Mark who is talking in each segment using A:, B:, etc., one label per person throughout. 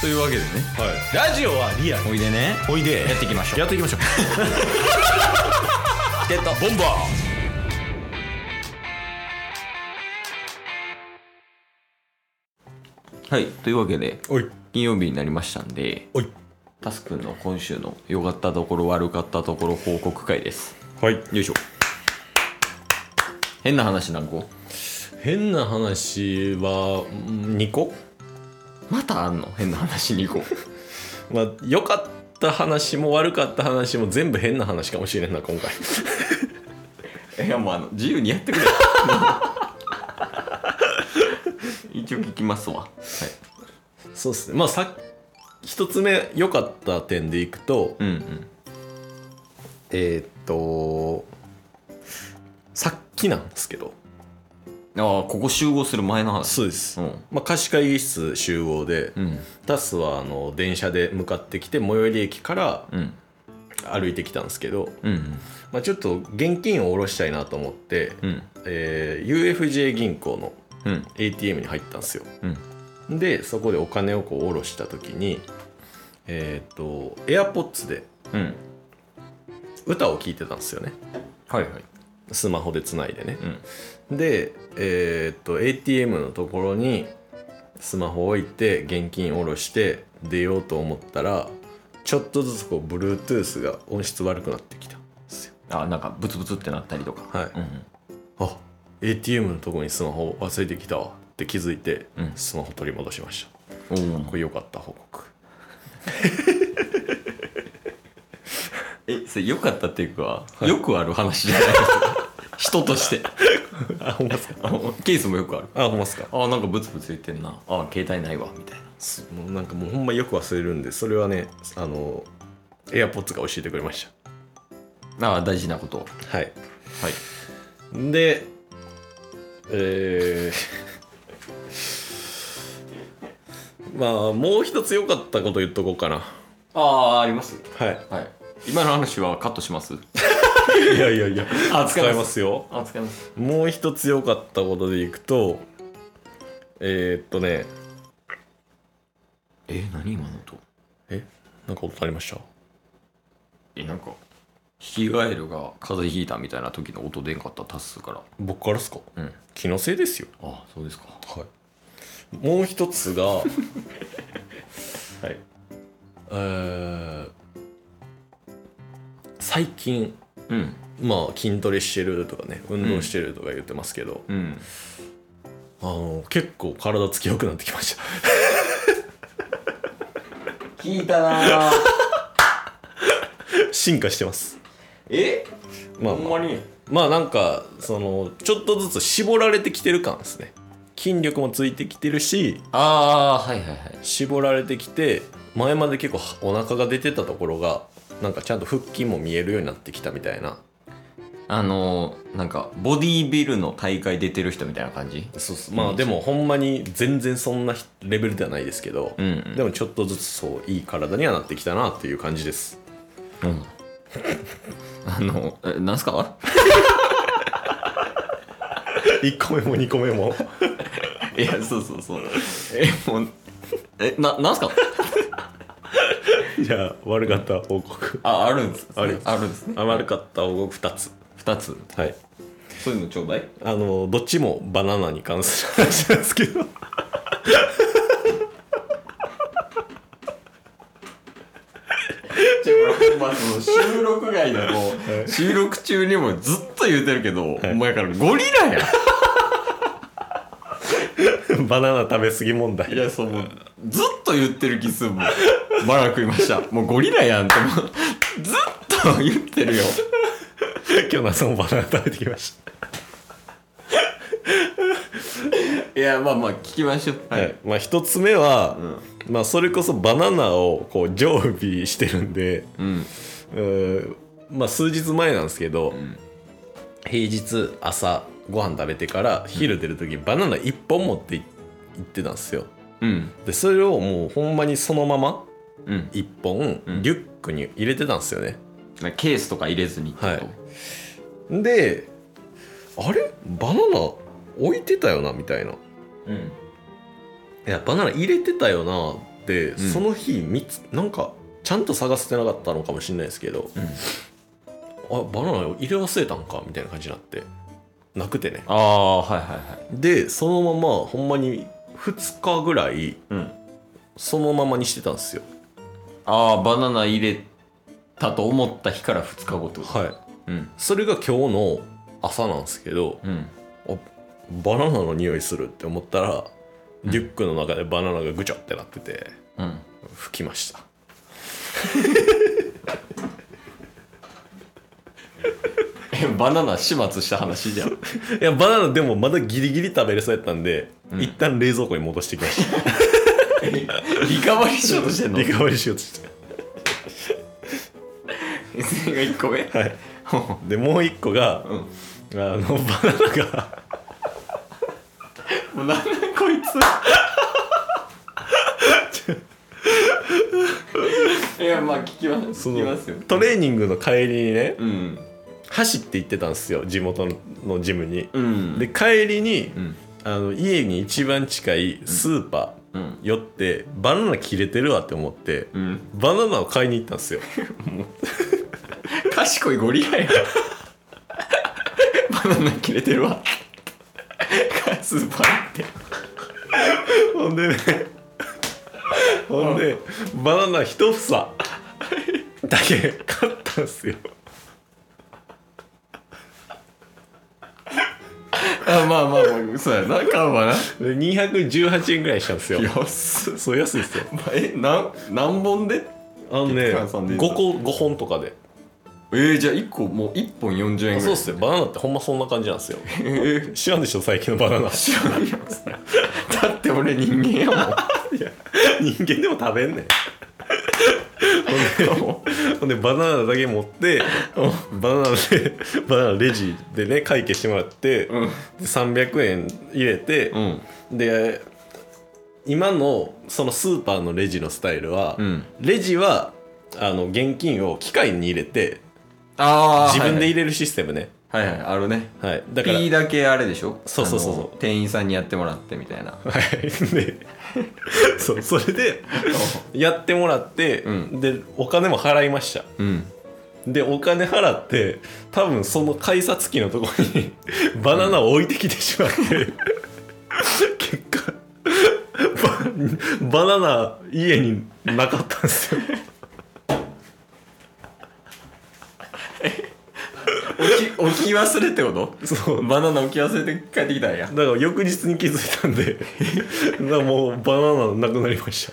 A: というわけでね
B: ラジオはリアル
A: おいでね
B: おいで
A: やっていきましょう
B: やっていきましょう
A: ゲットボンバーはいというわけで
B: おい
A: 金曜日になりましたんで
B: おい
A: タスくんの今週の良かったところ悪かったところ報告会です
B: はい
A: よいしょ変な話なんこ
B: 変な話は2個
A: またあんの変な話に行こう
B: まあ良かった話も悪かった話も全部変な話かもしれんな今回
A: いやもうあの自由にやってくれ 一応聞きますわ、はい、
B: そうっすねまあさ一つ目良かった点でいくと
A: うんうん
B: えーっとさっきなんですけど
A: ああここ集合する前の話
B: そうです、
A: うん
B: まあ、貸し会議室集合で、
A: うん
B: タスはあの電車で向かってきて最寄り駅から
A: うん
B: 歩いてきたんですけど、
A: うん
B: まあ、ちょっと現金を下ろしたいなと思って、
A: うん
B: えー UFJ 銀行の
A: うん
B: ATM に入ったんですよ
A: うん
B: でそこでお金をこう下ろした時にえっ、と AirPods で
A: うん
B: 歌を聴いてたんですよね
A: はいはい
B: スマホでつないでね
A: う、ん
B: でえっ、と ATM のところにスマホ置いて現金下ろして出ようと思ったらちょっとずつこう Bluetooth が音質悪くなってきたんですよ
A: あなんかブツブツってなったりとか
B: はい
A: うん
B: あ ATM のとこにスマホ忘れてきたわって気づいて、
A: うん
B: スマホ取り戻しました
A: お
B: これ良かった報告
A: えそれ良かったっていうか、よくある話じゃないですか人として
B: あほんまっすか
A: あのケースもよくある
B: あほんまっすか
A: あなんかブツブツ言ってんなあ携帯ないわみたいな
B: すもうなんかもうほんまよく忘れるんでそれはねあの AirPods が教えてくれまし
A: ああ大事なことを
B: たはい
A: はい
B: でえー まあもう一つ良かったこと言っとこうかな
A: あああります
B: はい
A: はい今の話はカットします
B: いやいやいや
A: あ
B: 使いますよ
A: あ使います
B: もう一つ良かったことでいくとえー、っとね
A: え何今の音
B: えなんか音ありました
A: えなんかヒガエルが風邪ひいたみたいな時の音出んかったタスから
B: 僕からっすか
A: うん
B: 気のせいですよ
A: あそうですか
B: はい、もう一つ がはいえー最近
A: うん
B: まあ筋トレしてるとかね運動してるとか言ってますけど、
A: うん
B: あの結構体つきよくなってきました
A: 聞いたな
B: 進化してます
A: え
B: まあ、まあ、
A: に
B: まあなんかそのちょっとずつ絞られてきてる感ですね筋力もついてきてるし
A: ああはいはいはい
B: 絞られてきて前まで結構お腹が出てたところがなんかちゃんと腹筋も見えるようになってきたみたいな
A: あのー、なんかボディービルの大会出てる人みたいな感じ
B: そうっすまあでもほんまに全然そんなレベルではないですけど、
A: うんうん
B: でもちょっとずつそういい体にはなってきたなっていう感じです
A: うん あのえなんすか
B: 1個目も2個目も
A: いやそうそうそうえもうえななんすか
B: じゃあ悪かった報告
A: ああるんです、
B: ある
A: あるんですね
B: あ悪かった報告2つ
A: 2つ
B: はい
A: そういうのちょうだい
B: あのどっちもバナナに関する話なんですけど
A: ちょほんまその収録外 でも収録中にもずっと言うてるけど、お前からゴリラや
B: バナナ食べ過ぎ問題
A: いやそうもうずっと言ってる気すんもんバナナ食いましたもうゴリラやんってもうずっと言ってるよ
B: 今日の朝もバナナ食べてきました
A: いやまあまあ聞きましょうは、
B: はいいまあ、1つ目は、まあ、それこそバナナをこう常備してるんで、
A: うん
B: うーまあ、数日前なんですけど、平日朝ご飯食べてから昼出る時にバナナ1本持ってい行ってたんですよ
A: うん
B: でそれをもうほんまにそのまま
A: うん
B: 1本
A: うん
B: リュックに入れてたんですよね、
A: ケースとか入れずにってこと
B: はいであれバナナ置いてたよなみたいない
A: うん
B: やバナナ入れてたよなって、
A: ん
B: その日見つなんかちゃんと探せてなかったのかもしれないですけど、あバナナ入れ忘れたんかみたいな感じになってなくてね
A: ああはいはいはい
B: でそのままほんまに2日ぐらい
A: うん
B: そのままにしてたんですよ
A: ああバナナ入れたと思った日から2日後ってこと
B: はい
A: うん
B: それが今日の朝なんですけど
A: うん
B: あバナナの匂いするって思ったらリュックの中でバナナがぐちゃってなってて
A: うん
B: 吹きました
A: えバナナ始末した話じゃん
B: いやバナナでもまだギリギリ食べれそうやったんで、
A: うん
B: 一旦冷蔵庫に戻してきました
A: リカバリー しようとしてんの
B: リカバリーしようとして
A: それが1個目
B: はいでもう一個が、
A: うん
B: あのバ ナナが
A: もうなんなんこいつ いやまあ聞きます
B: そ
A: 聞き
B: の
A: ますよ
B: トレーニングの帰りにね
A: うん
B: 走って行ってたんですよ地元のジムに、
A: うん
B: で帰りに、
A: うん
B: あの家に一番近いスーパ
A: う
B: ー
A: ん
B: 寄って、バナナ切れてるわって思って、
A: うん
B: バナナを買いに行ったんで すよ
A: 賢いゴリラやバナナ切れてるわスーパーって
B: ほんでねほんでバナナ一房だけ買ったんですよ
A: あまあまあまあそうやな買うわな
B: で218円ぐらいしたんですよ
A: 安っ
B: そう安いですよ
A: えなん何本で
B: あのね
A: 月間さんで
B: 5
A: 言うと
B: 個5本とかで
A: えー、じゃあ1個もう1本40円ぐらい
B: そうっすよバナナってほんまそんな感じなんですよ
A: えー
B: 知らんでしょ最近のバナナ
A: 知らないよそれだって俺人間やもん
B: 人間でも食べんねんほんでバナナだけ持ってバナナでバナナレジでね会計してもらって、
A: うん
B: で300円入れて、
A: うん
B: で今のそのスーパーのレジのスタイルは、
A: うん
B: レジはあの現金を機械に入れて
A: ああ
B: 自分で入れるシステムね、
A: はいはいあるね
B: はいだから
A: P だけあれでしょ
B: そうそうそうそう
A: あの店員さんにやってもらってみたいな
B: はいでそうそれでやってもらって、
A: うん
B: でお金も払いました
A: うん
B: でお金払って多分その改札機のとこに バナナを置いてきてしまって、結果ババナナ家になかったんですよ
A: 置き置き忘れってこと
B: そう
A: バナナ置き忘れて帰ってきたんや
B: だから翌日に気づいたん でだからもうバナナなくなりました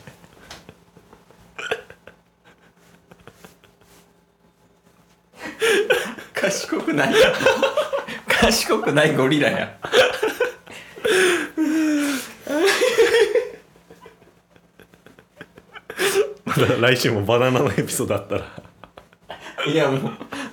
A: 賢くないやん賢くないゴリラや
B: また来週もバナナのエピソードあったら
A: いやもう